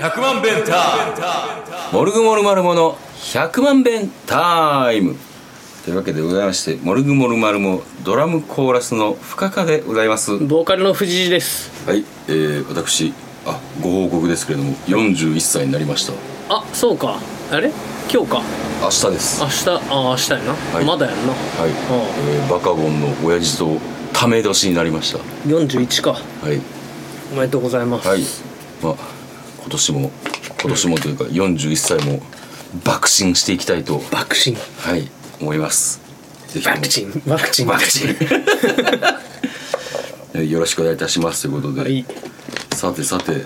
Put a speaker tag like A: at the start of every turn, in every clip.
A: 100万弁タイムモルグモルマルモの100万弁タイムというわけでございましてモルグモルマルモドラムコーラスの深川でございますは
B: ボーカルの藤井です
A: い、えー、私あご報告ですけれども41歳になりました
B: あそうかあれ今日か
A: 明日です
B: 明日あ明日やな、
A: い
B: まだやんな
A: はい、えーバカボンの親父とため年になりました
B: 41か
A: はい
B: おめでとうございます、
A: はい、まあ、今年も今年もというか41歳も爆心していきたいと、
B: 爆心
A: はい、思いますぜひとも
B: 爆心爆心
A: 爆心え よろしくお願いいたしますということで、
B: はい
A: さてさて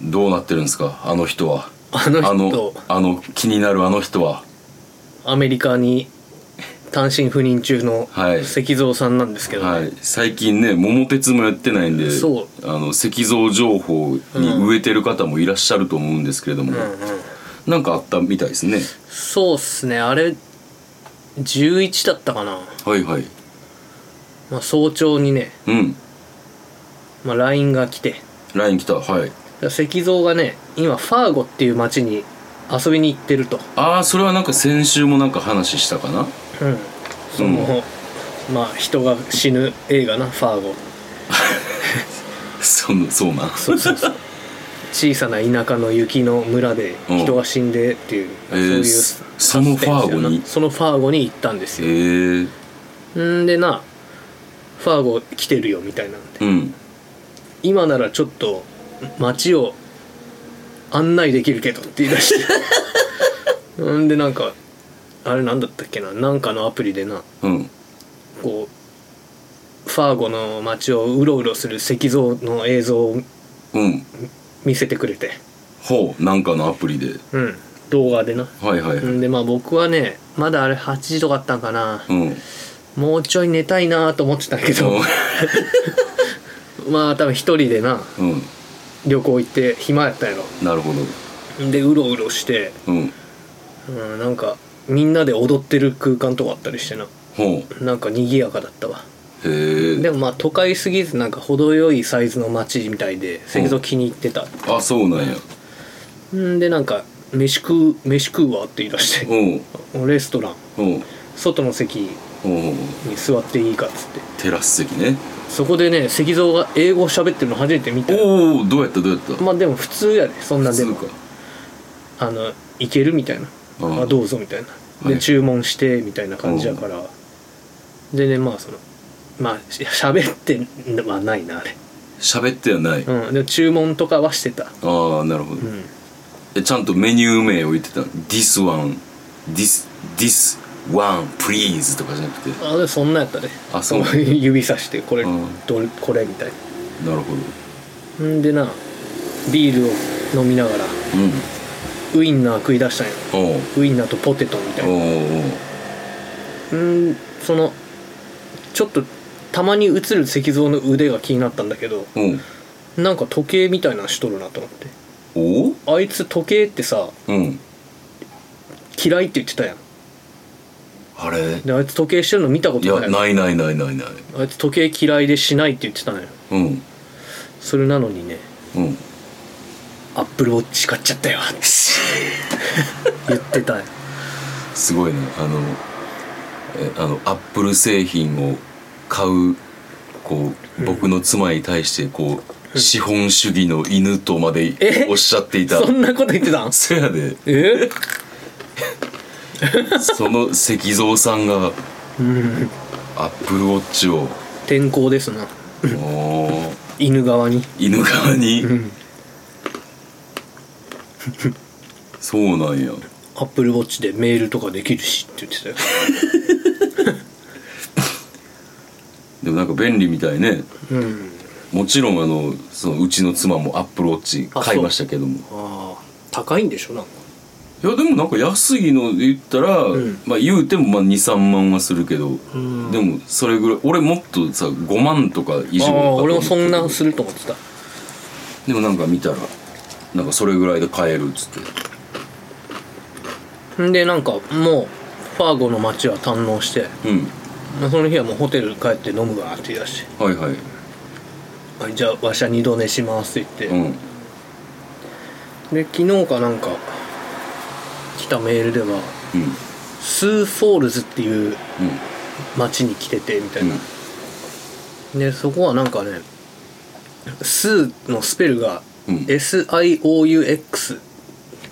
A: どうなってるんですかあの人は
B: あの人
A: あのあの気になるあの人は
B: アメリカに単身赴任中の
A: はい
B: 石像さんなんですけどね、
A: はい、最近ね「桃鉄」もやってないんで
B: そう
A: あの石像情報に植えてる方もいらっしゃると思うんですけれども、なんかあったみたいですね
B: そうっすねあれ11だったかな、
A: はいはい
B: まあ、早朝にね、
A: うん
B: まあ、LINE が来て
A: LINE 来たはい
B: 石像がね今ファーゴっていう町に遊びに行ってると、
A: ああそれはなんか先週もなんか話したかな
B: うん、その、まあ人が死ぬ映画なファーゴ
A: そのそうなん
B: そうそうそう小さな田舎の雪の村で人が死んでっていう、
A: うんえー
B: そういう
A: そのファーゴに
B: そのファーゴに行ったんです
A: え
B: よ、
A: ー、
B: んでなファーゴ来てるよみたいなん
A: う
B: で
A: ん
B: 今ならちょっと街を案内できるけどって言い 出してんでなんかあれなんだったっけななんかのアプリでな
A: うん
B: こうファーゴの街をうろうろする石像の映像を
A: うん
B: 見せてくれて、
A: ほうなんかのアプリで
B: うん、動画でな
A: はいはいはい
B: うんでまあ僕はねまだあれ8時とかあったんかな
A: うん、うん、
B: もうちょい寝たいなと思ってたけど まあ多分一人でな
A: うん
B: 旅行行って暇やったやろ
A: なるほど
B: でうろうろして、
A: うん
B: うん、なんかみんなで踊ってる空間とかあったりしてな
A: ほ
B: なんか賑やかだったわ
A: うへえ
B: でもまあ都会すぎずなんか程よいサイズの街みたいで石像気に入ってた、
A: あそうなんや
B: ん、でなんか飯食う飯食うわって言い出し
A: う
B: て
A: ん
B: レストラン
A: うん
B: 外の席に
A: うん
B: 座っていいかっつって
A: テラス席ね
B: そこでね石像が英語喋ってるの初めて見た
A: おおどうやったどうやった
B: まあでも普通やでそんなで
A: 普
B: も
A: 通か
B: あのいけるみたいな
A: あー
B: あどうぞみたいなで、
A: はい
B: 注文してみたいな感じやからでねまあそのまあし喋ってはないなあれ
A: 喋ってはない、
B: うんでも注文とかはしてた
A: ああなるほど、
B: うん
A: えちゃんとメニュー名を言ってたの This one This This one please とかじゃなくて
B: あでそんなやったで
A: あそう
B: 指さしてこれ
A: うん
B: どれこれみたい
A: なるほど
B: なんでなビールを飲みながら
A: うん
B: ウインナー食い出したんや
A: おう
B: ウインナーとポテトみたいな
A: おうおう
B: うんそのちょっとたまに映る石像の腕が気になったんだけど
A: おう
B: なんか時計みたいなのしとるなと思って
A: おう
B: あいつ時計ってさ
A: うん
B: 嫌いって言ってたやん
A: あれ
B: であいつ時計してるの見たこ
A: い
B: と
A: や
B: ないやん
A: ないないないないない
B: あいつ時計嫌いでしないって言ってたのよ
A: うん
B: それなのにね
A: うん
B: アップルウォッチ買っち ゃったよって言ってたやん
A: すごいねあのえあのアップル製品を買うこう僕の妻に対してこう資本主義の犬とまで
B: え
A: おっしゃっていた
B: そんなこと言ってたん
A: そやで
B: え
A: その石像さんが
B: うん
A: アップルウォッチを
B: 天候ですな
A: おー
B: 犬側に
A: 犬側に
B: ん
A: そうなんや
B: アップルウォッチでメールとかできるしって言ってたよ
A: でもなんか便利みたいね
B: うん
A: もちろんあのそのうちの妻もアップルウォッチ
B: あ
A: 買いましたけども
B: ああ高いんでしょなんか
A: いやでもなんか安いので言ったら、
B: ん
A: まあ言うてもまあ23万はするけど、
B: ん
A: でもそれぐらい俺もっとさ5万とか以上
B: あ
A: かと
B: あ
A: 思
B: 俺
A: っ
B: も
A: て
B: そんなすると思ってた
A: でもなんか見たらなんかそれぐらいで買えるっつって
B: んでなんかもうファーゴの街は堪能して
A: うん
B: まあその日はもうホテル帰って飲むわって言い出して
A: はいはい
B: はいじゃあわしゃ二度寝しますって
A: う
B: 言っ
A: ん
B: て、で昨日かなんか来たメールでは
A: うん
B: スーフォールズっていう
A: うん
B: 町に来ててみたいな、
A: うん
B: でそこはなんかねスーのスペルが
A: うん
B: SIOUX っ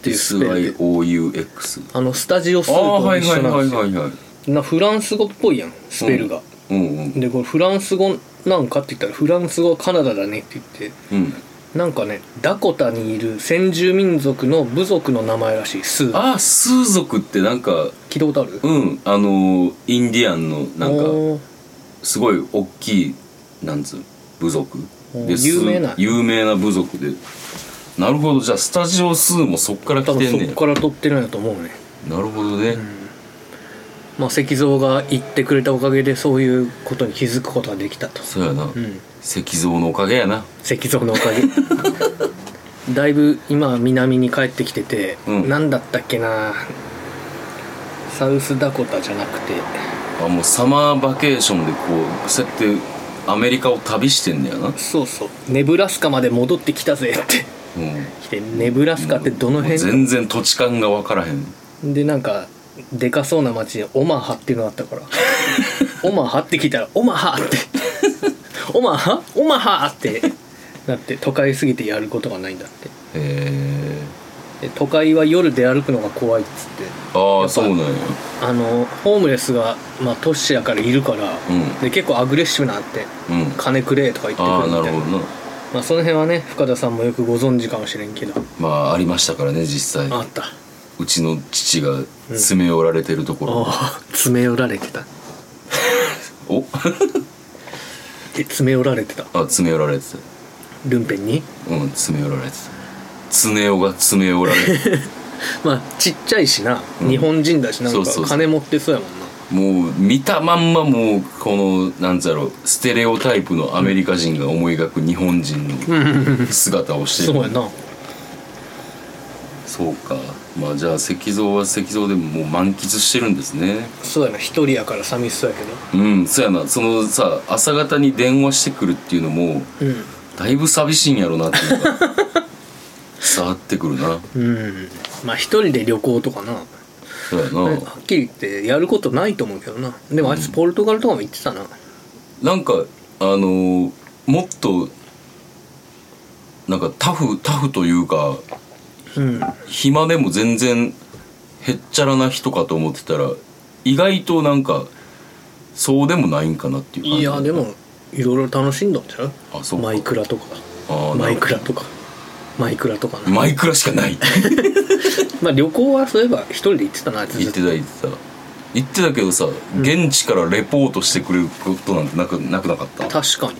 B: ていうスペルで、
A: SIOUX
B: あのスタジオス
A: あ
B: ー
A: あ
B: プと
A: はい
B: 一
A: は
B: 緒
A: い
B: なん
A: は
B: で
A: い
B: すよ、
A: はいはい
B: なフランス語っぽいやんスペルが、
A: うんうん
B: でこれフランス語なんかって言ったらフランス語はカナダだねって言って
A: うん
B: なんかねダコタにいる先住民族の部族の名前らしいスー
A: ああスー族ってなんか
B: 聞いたことある
A: うんあのーインディアンのなんか
B: おー
A: すごい大きいなんつう部族
B: お
A: で
B: 有名な
A: スー有名な部族でなるほどじゃあスタジオスーもそっから
B: 多
A: 来てん
B: 分
A: ね
B: そこから撮ってるんやと思うね、
A: んなるほどね、
B: まあ、石像が言ってくれたおかげでそういうことに気づくことができたと、
A: そうやな、
B: うん、
A: 石像のおかげやな
B: 石像のおか げだいぶ今南に帰ってきてて、
A: うん
B: 何だったっけなサウスダコタじゃなくて
A: あもうサマーバケーションでこうそうやってアメリカを旅してんだよな、
B: そうそうネブラスカまで戻ってきたぜって
A: うん、
B: 来てネブラスカってどの辺
A: 全然土地勘が分からへん
B: でなんかでかそうな町にオマハっていうのがあっ たからオマハって聞いたらオマハってオマハオマハってなって都会すぎてやることがないんだって
A: え
B: で都会は夜出歩くのが怖いっつって
A: あ
B: や
A: あ
B: っぱ
A: そうなんや
B: あのホームレスが、まあ、都市やからいるから、
A: うん
B: で結構アグレッシブなって
A: うん
B: 金くれとか言って
A: ああ
B: くる
A: な
B: みた
A: る
B: い
A: ほ
B: な
A: どな
B: まあ、その辺はね深田さんもよくご存知かもしれんけど
A: まあありましたからね実際
B: あった
A: うちの父が詰め寄られてるところ、
B: ああ詰め寄られてた
A: お
B: え詰め寄られてた
A: あ詰め寄られて
B: ルンペンに
A: たうん詰め寄られてた常雄が詰め寄られてた
B: まあちっちゃいしな、
A: うん
B: 日本人だしなん
A: そう
B: か
A: そうそう
B: 金持ってそうやもんな
A: もう見たまんまもうこのなんつうやろステレオタイプのアメリカ人が思い描く日本人の姿をして
B: そ
A: る、
B: うやな
A: そうかまあじゃあ石像は石像でももう満喫してるんですね
B: そうやな一人やから寂しそうやけ
A: うんそうやなそのさ朝方に電話してくるっていうのも
B: ど
A: だいぶ寂しいんやろなっていうか 伝わってくるな
B: うんうんまあ一人で旅行とかな、
A: そうやな
B: はっきり言ってやることないと思うけどなでもあいつポルトガルとかも行ってたな、
A: なんかあのーもっとなんかタフタフというか
B: うん、
A: 暇でも全然へっちゃらな人かと思ってたら意外となんかそうでもないんかなっていう感じ
B: いやでもいろいろ楽しんだんちゃう
A: あそうか
B: マイクラとか
A: あー
B: マ
A: なる
B: イ
A: ほ
B: クラとかマイクラとか
A: ど
B: な、
A: マイクラしかない
B: まあ旅行はそういえば一人で行ってたなあいつ
A: 言
B: ず
A: っ
B: ってと
A: た言 ってた言ってたけどさ、現地からレポートしてくれることなんてなくなくなかった
B: 確かに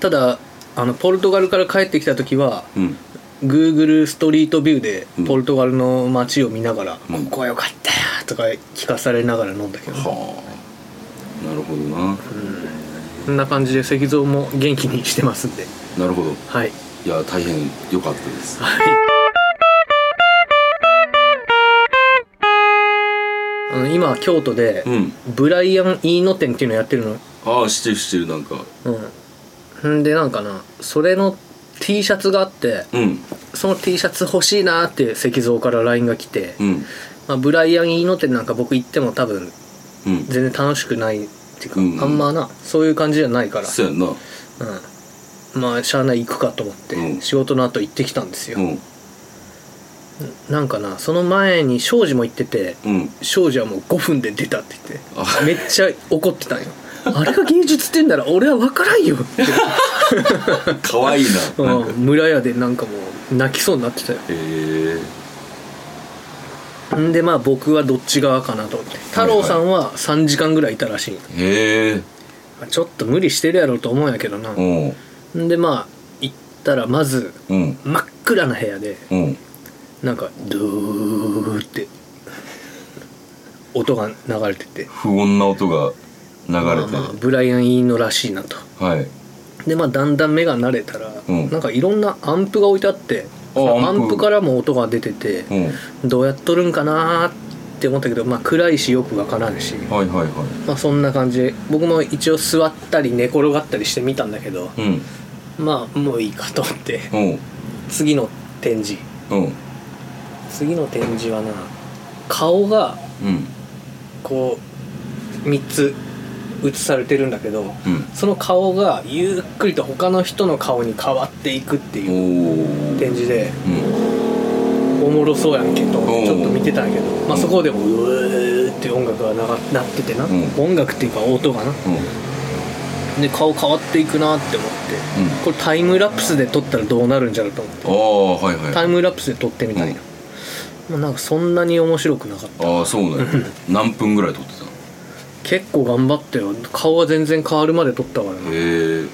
B: ただあのポルトガルから帰ってきた時は
A: うん
B: Google ストリートビューで
A: うん
B: ポルトガルの街を見ながら「
A: うん
B: ここは良かったよ」とか聞かされながら飲んだけど
A: はあなるほどな
B: そんな感じで石像も元気にしてますんで
A: なるほど
B: はい
A: いや大変良かったです
B: あの今京都で
A: うん
B: ブライアン・イーノ展っていうのやってるの
A: ああしてるしてるなんか
B: うんんでなんかなそれの T シャツがあって
A: うん
B: その T シャツ欲しいなーって石像から LINE が来て、
A: うん
B: まあ、ブライアン・イーノ展なんか僕行っても多分
A: うん
B: 全然楽しくないっていうか、
A: うん
B: あんまなそういう感じじゃないから
A: そうやんな
B: うん、まあしゃあない行くかと思って、
A: うん
B: 仕事の後行ってきたんですよ、
A: うん
B: なんかなその前に庄司も行ってて
A: うん
B: 庄司はもう5分で出たって言っ
A: あ
B: てめっちゃ怒ってたんよあれが芸術って言うんなら俺は分からんよって、
A: 可愛いななん
B: う
A: か
B: ん、村屋でなんかもう泣きそうになってたよ
A: へえ
B: んでまあ僕はどっち側かなと思って太郎さんは3時間ぐらいいたらしい、
A: へえ
B: ちょっと無理してるやろうと思うんやけどな、
A: うん
B: ん、でまあ行ったらまず
A: うん
B: 真っ暗な部屋で
A: うん
B: なんかドゥーって音が流れてて
A: 不穏な音が流れて
B: まあまあブライアン・イーノらしいなと
A: はい
B: でまあだんだん目が慣れたら、
A: うん
B: なんかいろんなアンプが置いてあって
A: あ
B: その
A: ア
B: ア
A: ンプ
B: ンプからも音が出てて
A: うん
B: どうやっとるんかなーって思ったけど、まあ、暗いしよくわからんし、
A: はいはいは
B: まあ、そんな感じで僕も一応座ったり寝転がったりしてみたんだけど
A: いうん
B: まあもういいかと思って
A: うん
B: 次の展示
A: うん
B: 次の展示はな顔が
A: うん
B: こう3つ映されてるんだけど
A: うん
B: その顔がゆっくりと他の人の顔に変わっていくっていう
A: おー
B: 展示で
A: うん
B: おもろそうやんけと
A: おう
B: ちょっと見てたんやけど、まあ、そこでもうーって音楽がなが鳴っててな、
A: うん
B: 音楽っていうか音がな
A: うん
B: で顔変わっていくなって思って
A: うん
B: これタイムラプスで撮ったらどうなるんじゃろうと思っ
A: ああ
B: て
A: はいはい
B: タイムラプスで撮ってみたいな、まあ、なんかそんなに面白くなかった
A: ああそうだよ何分ぐらい撮ってたの
B: 結構頑張ったよ顔が全然変わるまで撮ったからな
A: へえ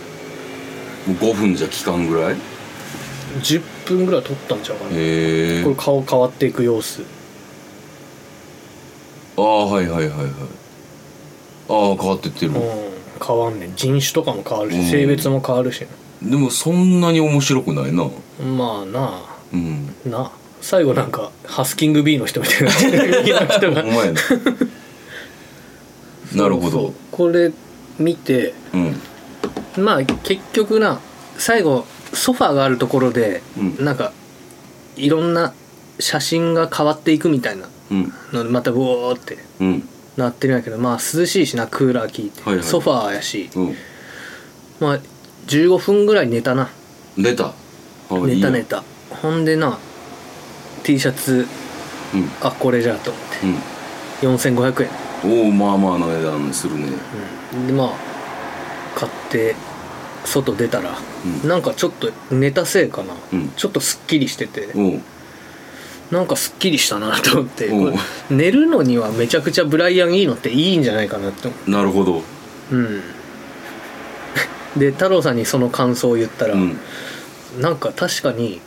A: 5分じゃ期間ぐらい
B: 10分ぐらい撮ったんちゃうかな、
A: へえ
B: これ顔変わっていく様子
A: ああはいはいはいはいああ変わってってる
B: うん変わんねん人種とかも変わる
A: うん
B: し性別も変わるし
A: でもそんなに面白くないな
B: まあなあ
A: うん
B: なあ最後なんかハスキング B の人み たいな 右の人
A: お
B: が
A: 前 ななるほど
B: これ見て
A: うん
B: まあ結局な最後ソファーがあるところで、
A: うん
B: なんかいろんな写真が変わっていくみたいな
A: うん
B: のでまたウォーって
A: うん
B: なってるんやけどまあ涼しいしなクーラー効いて、
A: はいはい
B: ソファーやし
A: うん
B: まあ15分ぐらい寝たな
A: 出たあい
B: 寝
A: い
B: た
A: よ
B: 寝たほんでな T シャツ
A: うん
B: あこれじゃと思って4500
A: う
B: 円
A: んおおまあまあな値段するね
B: うんでまあ買って外出たら、
A: うん
B: なんかちょっと寝たせいかな、
A: うん
B: ちょっとすっきりしてて、
A: おう
B: なんかすっきりしたなと思って、
A: おう
B: これ寝るのにはめちゃくちゃブライアン・いいのっていいんじゃないかなって思
A: なるほど
B: ううんで太郎さんにその感想を言ったら、
A: うん
B: なんか確かに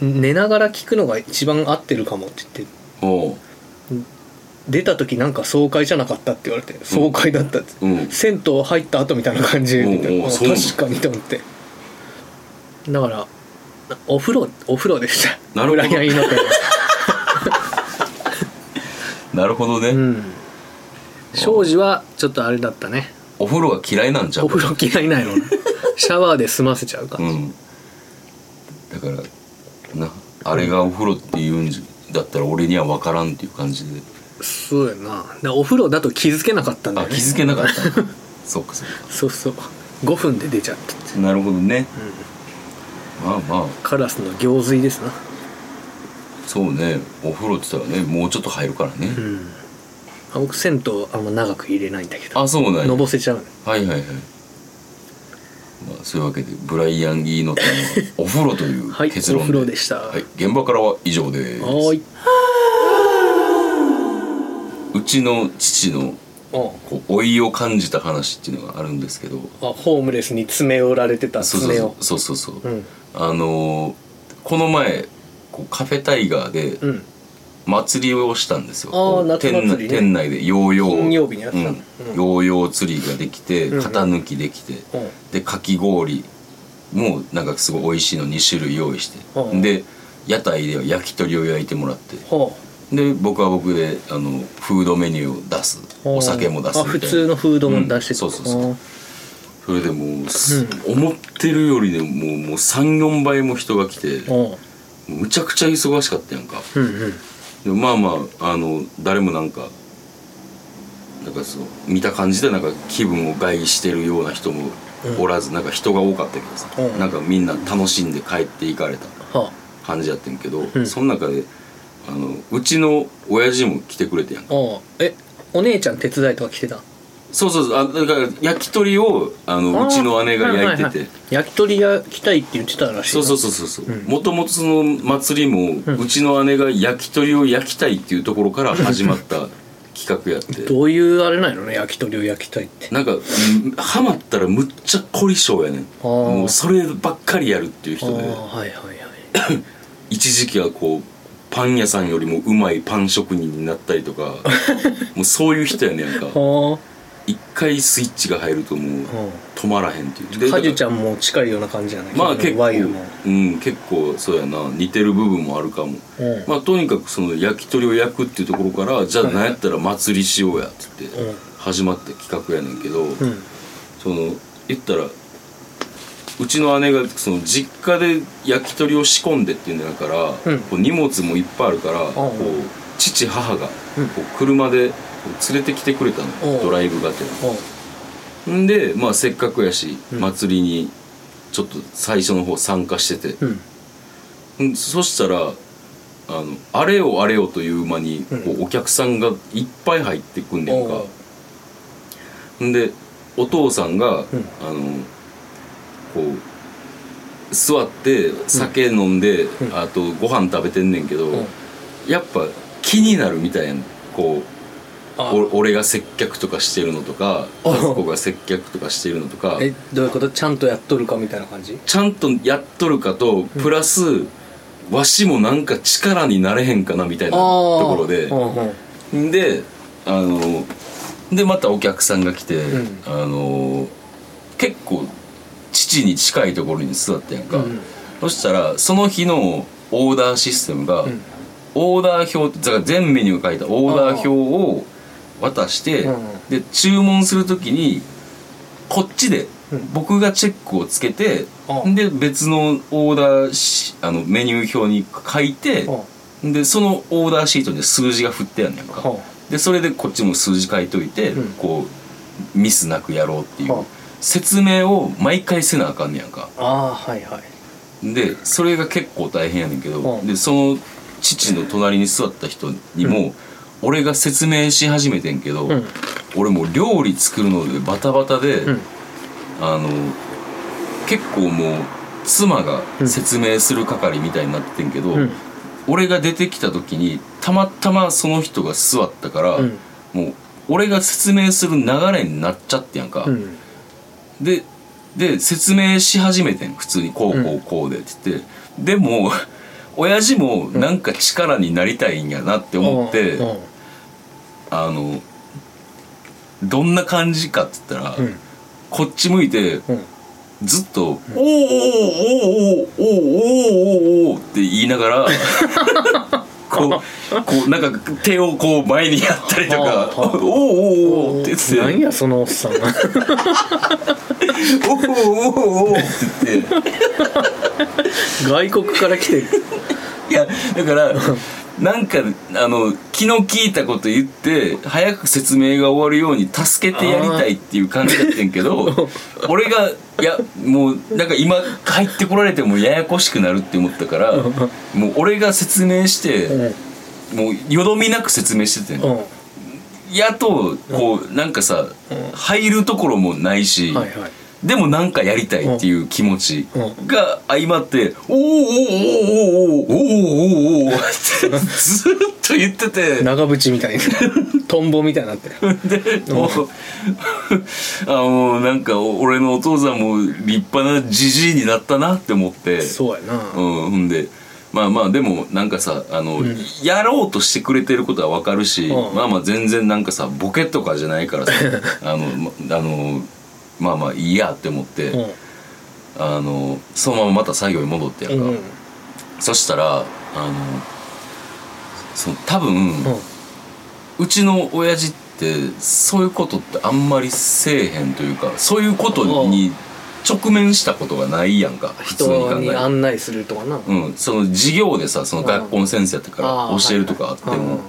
B: 寝ながら聞くのが一番合ってるかもって言って
A: おう
B: 出た時なんか爽快じゃなかったって言われて爽快だったって、
A: うん
B: 銭湯入った後みたいな感じで
A: おうおう
B: みたいな
A: そうなの
B: 確かにと思ってだからお風呂お風呂でした
A: なるほど
B: ブライアンイーノテンは
A: なるほどね、
B: うん庄司はちょっとあれだったね
A: お風呂が嫌いなんじゃん
B: お風呂嫌い ないのシャワーで済ませちゃうか、
A: うんだからなあれがお風呂って言うんじだったら俺には分からんっていう感じで
B: そうやなでお風呂だと気づけなかったんだ
A: あ
B: よね
A: 気づけなかった そっかそっ
B: そうそう5分で出ちゃったって
A: かなるほどね、まあまあ
B: カラスの行水ですな
A: そうねお風呂って言ったらねもうちょっと入るからね、
B: うんあ僕銭湯あんま長く入れないんだけど
A: あそうなんや
B: のぼせちゃうね
A: はいはいはい、まあ、そういうわけでブライアン・ギーノタン はお風呂という
B: はい
A: 結論
B: お風呂でした
A: はい、現場からは以上です
B: はーいう
A: ちの父の
B: お
A: こう老いを感じた話っていうのがあるんですけど
B: あホームレスに詰め寄られてた
A: そう
B: 爪を
A: そうそうそうそう、
B: うん
A: あのーこの前こうカフェタイガーで
B: うん
A: 祭りをしたんですよ、
B: あー
A: こう
B: 夏
A: 店
B: 祭り
A: 内
B: ね
A: 店内でヨーヨー
B: 金曜日にやってた
A: う
B: の
A: ん
B: うん
A: ヨーヨー釣りができて
B: うんうん
A: 型抜きできて、
B: うん
A: でかき氷もなんかすごい美味しいの2種類用意して、
B: うん
A: で屋台では焼き鳥を焼いてもらって
B: ほ
A: で僕は僕であのフードメニューを出す
B: う
A: お酒も出す
B: あ
A: みたいな
B: 普通のフードも出して
A: うんそうそうそう
B: う
A: それでもうす、思ってるよりでもうもう34倍も人が来て
B: お
A: むちゃくちゃ忙しかったやんか
B: うんうん
A: でまあまああの誰もなんかなんかそう見た感じでなんか気分を害してるような人もおらず、なんか人が多かったけどさ、
B: うん
A: なんかみんな楽しんで帰っていかれた
B: は
A: 感じやってんけど、
B: うん
A: その中であのうちの親父も来てくれてやんか
B: あおえお姉ちゃん手伝いとか来てた
A: そうそうそうあだから焼き鳥をあのうちの姉が焼いてて、
B: あーははは焼き鳥屋来たいって言ってたらしい
A: そうそう
B: そ
A: そうそうそう
B: うん
A: もともとその祭りも、う
B: うん
A: ちの姉が焼き鳥を焼きたいっていうところから始まった企画やって
B: どういうあれなのね焼き鳥を焼きたいって
A: なんかうんハマったらむっちゃ凝り性やねん
B: あー
A: もうそればっかりやるっていう
B: ああ
A: 人で
B: はいはいはい
A: 一時期はこうパン屋さんよりもうまいパン職人になったりと かもうそういう人やねんやんか
B: は
A: 一回スイッチが入るともう
B: あうん
A: 止まらへんっていうで
B: カジュち
A: だか
B: ゃんも近いような感じじゃない
A: らまあ結構
B: ワイルも
A: うん結構そうやな似てる部分もあるかも
B: うん
A: まあとにかくその焼き鳥を焼くっていうところからじゃあ何やったら祭りしようやっつって
B: うん
A: 始まった企画やねんけど、
B: うん
A: その言ったらうちの姉がその実家で焼き鳥を仕込んでっていうのだから、
B: うん
A: こう荷物もいっぱいあるから、こう父母がこう車でこう連れてきてくれたの、
B: おう
A: ドライブがてら
B: おうん
A: で、まあ、せっかくやし、
B: うん
A: 祭りにちょっと最初の方参加してて、
B: うん
A: うんそしたらあのあれよあれよという間に
B: うん
A: こうお客さんがいっぱい入ってくんねんか
B: おう、
A: んでお父さんが、
B: ん
A: あのこう座って酒飲んで、
B: ん
A: あとご飯食べてんねんけど、
B: うん
A: やっぱ気になるみたいやんこう
B: あ
A: お俺が接客とかしてるのとか
B: お
A: 和子が接客とかしてるのとか
B: えどういうことちゃんとやっとるかみたいな感じ
A: ちゃんとやっとるかとプラス、わしもなんか力になれへんかなみたいなところで
B: う。んうん
A: であのでまたお客さんが来て、
B: うん
A: あの結構父に近いところに座ってんやんか、
B: うん
A: そしたらその日のオーダーシステムが、
B: うん
A: オーダー表だから全メニュー書いたオーダー表を渡して、
B: うん
A: で注文するときにこっちで
B: うん
A: 僕がチェックをつけて、
B: うん
A: で別のオーダーしあのメニュー表に書いて、
B: うん
A: でそのオーダーシートに数字が振ってあんねんか、
B: は
A: でそれでこっちも数字書いといて、
B: うん
A: こうミスなくやろうっていう、
B: はあ
A: 説明を毎回せなあかんねやんか
B: あああはいはい
A: でそれが結構大変やねんけど、
B: はあ
A: でその父の隣に座った人にも、俺が説明し始めてんけど、
B: うん
A: 俺もう料理作るのでバタバタで、
B: うん
A: あの結構もう妻が
B: うん
A: 説明する係みたいになってんけど、
B: うん
A: 俺が出てきた時にたまたまその人が座ったから、
B: うん
A: もう俺が説明する流れになっちゃってやんか、
B: うん
A: でで説明し始めてん普通にこうこうこうでって言って、でも 親父もなんか力になりたいんやなって思って、
B: うんうん
A: あのどんな感じかって言ったら、
B: うん
A: こっち向いて
B: うん
A: ずっと「おーおーおーおーおーおーおーおーおーって言いなが らこうこうなんか手をこう前にやったりと
B: は
A: か「おー
B: あはあ
A: おーおーおー」って言って
B: 何やそのおっさん
A: 「おーおーおーおー」って言って
B: 外国から来てる
A: いやだからなんかあの気の利いたこと言って早く説明が終わるように助けてやりたいっていう感じだったんけど俺がいやもうなんか今入ってこられてもややこしくなるって思ったから
B: うん
A: もう俺が説明して。
B: うん
A: もうよどみなく説明しててん、
B: うんは
A: やっとこうなんかさ、
B: うん
A: 入るところもないし、
B: いはい
A: でもなんかやりたいっていう気持ち
B: うん
A: が相まって「おーおーおーおーおーおーおーおーおーおーってずーっと言ってて。
B: 長渕みた いにトンボみたいになってる
A: でもうあもうなんかお俺のお父さんも立派なじじいになったなって思って
B: そうやな
A: うん、ほんでまあまあでもなんかさあの、
B: ん
A: やろうとしてくれてることはわかるし、
B: うん
A: まあまあ全然なんかさボケとかじゃない からさあのまあのまあまあいいやって思って、
B: うん
A: あのそのまままた作業に戻ってやるから、
B: うん
A: そしたらあのその多分、う
B: うん
A: ちの親父ってそういうことってあんまりせえへんというかそういうことに直面したことがないやんか普通に考
B: 人
A: え
B: に
A: て。
B: 案内するとかな
A: うん、その授業でさその学校の先生やったか
B: あ
A: ら
B: ー
A: 教えるとかあって
B: はいはい
A: も
B: うん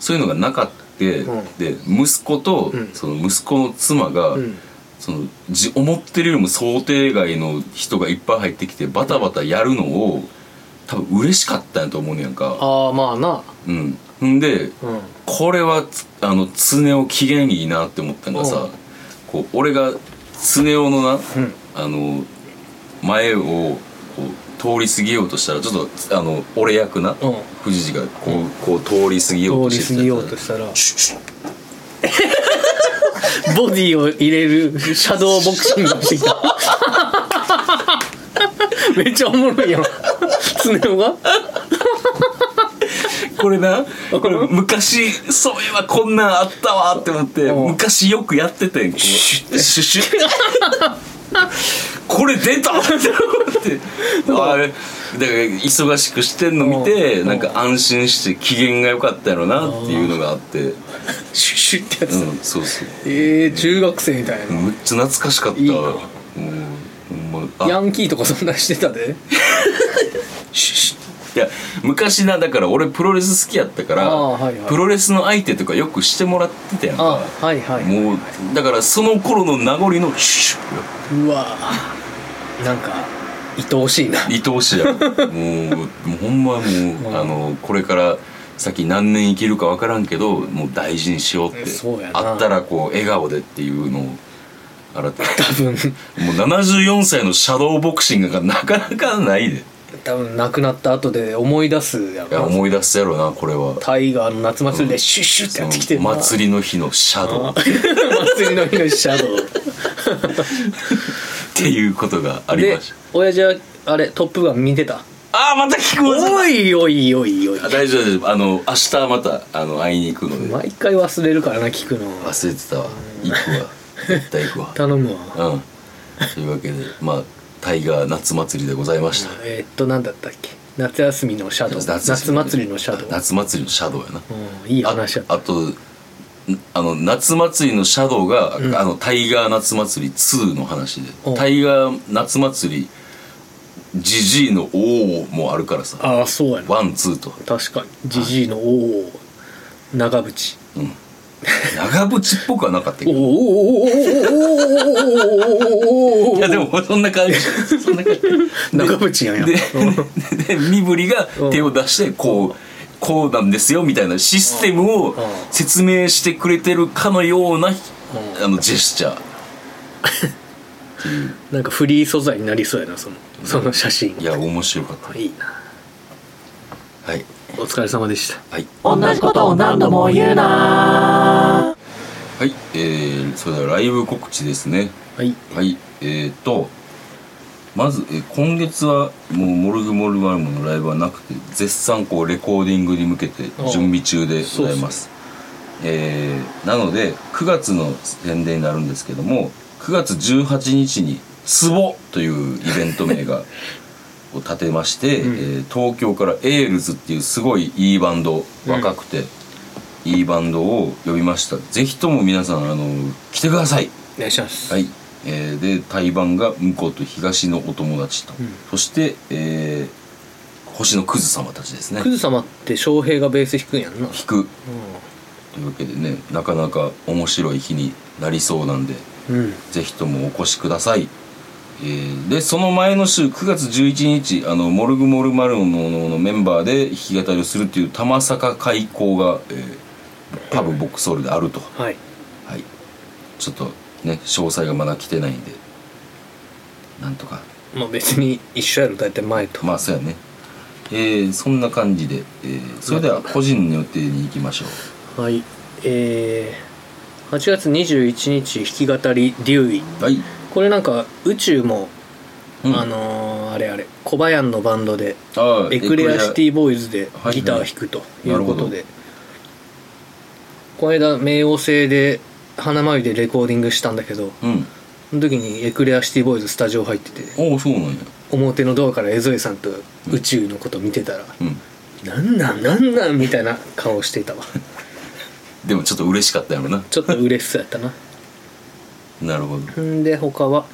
A: そういうのがなかったで
B: うん
A: 息子と
B: うん
A: その息子の妻が
B: うん
A: そのじ思ってるよりも想定外の人がいっぱい入ってきてバタバタやるのを多分嬉しかったんやと思うねやんか。
B: ああまあな
A: うん、んで
B: うん
A: これはつあの常雄機嫌いいなって思ったのが
B: う
A: さ
B: ん
A: こう俺が常雄のな
B: うん
A: あの前をこう通り過ぎようとしたらちょっとあの俺役な、
B: うん
A: 富士がこうこう通り過ぎようとし
B: 通り
A: て
B: 過ぎようとしたら
A: シュッシュッ
B: ボディを入れるシャドーボクシングして きためっちゃおもろいやんスネ夫が
A: これなこれ昔そういえばこんなんあったわって思って
B: うん
A: 昔よくやっててんこうシュッシュッシュッこれ出たって思ってあれだから忙しくしてんの見て
B: うん
A: なんか安心して機嫌が良かったやろなっていうのがあって
B: シュッシュってやつ、
A: うんそうそう
B: えー、中学生みたいな、
A: めっちゃ懐かしかった
B: いいな
A: わうんほんまうんあ
B: ヤンキーとかそんなしてたで
A: シュッシュッいや昔なだから俺プロレス好きやったから、
B: あーはいはい
A: プロレスの相手とかよくしてもらってたやん
B: あ
A: か
B: はいはい
A: もうだからその頃の名残のシュッ
B: うわなんか愛おしいな
A: 愛おしいやろもうもうほんまも
B: ん
A: うあのこれから先何年生きるか分からんけどもう大事にしようって
B: そうやな
A: あったらこう笑顔でっていうのを改めて
B: 多分
A: もう74歳のシャドーボクシングがなかなかないでい
B: 多分亡くなった後で思い出すや
A: や
B: ろ
A: 思い出すやろなこれは
B: タイガーの夏祭りでシュッシュってやってきてるな
A: 祭りの日のシャドーっ
B: 祭りの日のシャドウ
A: ていうことがあり
B: で
A: ました
B: 親父はあれ「トップガン」見てた
A: あーまた聞くわ
B: おいおいおいおい
A: あ大丈夫大丈夫あの明日またあの会いに行くので
B: 毎回忘れるからな聞くのは
A: 忘れてたわ行く わ絶対行くわ
B: 頼むわ
A: うん。というわけで、まあ、タイガー夏祭りでございました。
B: えーっと何だったっけ夏休みのシャドウ夏祭りのシャドウ
A: 夏祭りのシャドウやな。
B: うんいい話やった
A: ああと、んあの夏祭りのシャドウが、
B: うん
A: あのタイガー夏祭り2の話で、
B: うん
A: タイガー夏祭りジジイの王もあるからさ
B: ああそうやな
A: ワンツーと、
B: 確かにジジイのおお長渕
A: うん、長渕っぽくはなかったけ
B: お
A: ど
B: おおおおおおおお
A: いやでもそんな感じそんな感じ
B: 長渕やんや
A: でで身振りが手を出してこう、こうなんですよみたいなシステムを
B: ん
A: 説明してくれてるかのような、あのジェスチャー
B: なんかフリー素材になりそうやなそのその写真
A: いや面白かった
B: いいな
A: はい
B: お疲れ様でした
A: はい
C: 同じことを何度も言うな
A: はいえー、それではライブ告知ですね
B: はい
A: はいえー、とまず、えー今月はもう「モルグモルマルモ」のライブはなくて絶賛こうレコーディングに向けて準備中でございますえーなので9月の宣伝になるんですけども9月18日に「ツボ」というイベント名 がを立てまして、
B: うん
A: えー東京からエールズっていうすごいいいバンド若くて、いいバンドを呼びましたぜひとも皆さんあの来てください
B: お願いします
A: はい、えーで対バンが向こうと東のお友達と、
B: うん
A: そして、えー星野クズ様たちですね
B: クズ様って翔平がベース弾くんやんな
A: 弾くというわけでねなかなか面白い日になりそうなんで
B: うんうん
A: ぜひともお越しください、えーでその前の週9月11日あのモルグモルマルモのメンバーで弾き語りをするっていう玉坂開講が、えーパブボックスホールであると、
B: はい
A: はい、ちょっとね詳細がまだ来てないんでなんとか
B: まあ別に一緒やろ大体前と
A: まあそうやねえーそんな感じで、えーそれでは個人の予定に行きましょう
B: はいえー、8月21日弾き語り「デューイ
A: はい、」
B: これなんか宇宙も、
A: うん
B: あのーあれあれ小林のバンドで
A: あー
B: エクレアシティボーイズで
A: はい
B: ギター弾くということ
A: な
B: で、
A: る
B: この間冥王星で花まゆでレコーディングしたんだけど
A: うん
B: その時にエクレアシティボーイズスタジオ入ってて
A: おおそうなんや
B: 表のドアから江添さんと宇宙のこと見てたら
A: うん
B: 「なんなんなんなん」みたいな顔してたわ
A: でもちょっと嬉しかったやろな
B: ちょっと嬉しそうやったな
A: なるほど
B: んで他は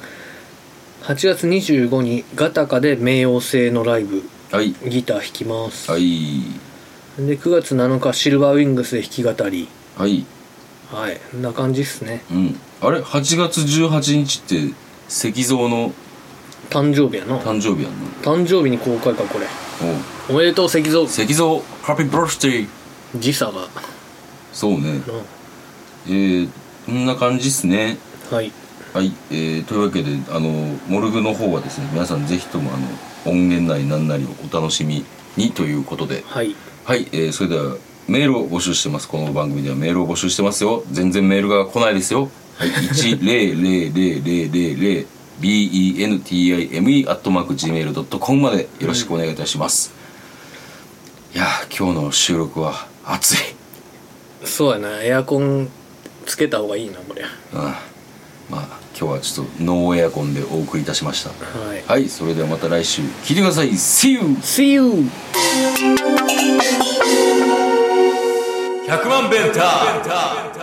B: 8月25にガタカで冥王星のライブ
A: はい
B: ギター弾きます、
A: はい
B: で9月7日シルバーウィングスで弾き語り
A: はい
B: はいこんな感じっすね
A: うんあれ8月18日って石像の
B: 誕生日やな
A: 誕生日やんな
B: 誕生日に公開かこれ
A: おう
B: おめでとう石像
A: 石像ハッピーブロスティー
B: 時差が
A: そうねえー、こんな感じっすね
B: うんはい
A: はい、えーというわけであのモルグの方はですね皆さんぜひともあの音源なりなんなりをお楽しみにということで
B: はい
A: はい、えーそれではメールを募集してますこの番組ではメールを募集してますよ全然メールが来ないですよ、はい、1000000bentime.gmail.com までよろしくお願いいたします、いやー今日の収録は暑い、
B: そうやなエアコンつけた方がいいなこれは
A: うん、まあ今日はちょっとノーエアコンでお送りいたしました
B: い
A: はい、それではまた来週聞いてください See you!
B: See you!
A: 100万ベンター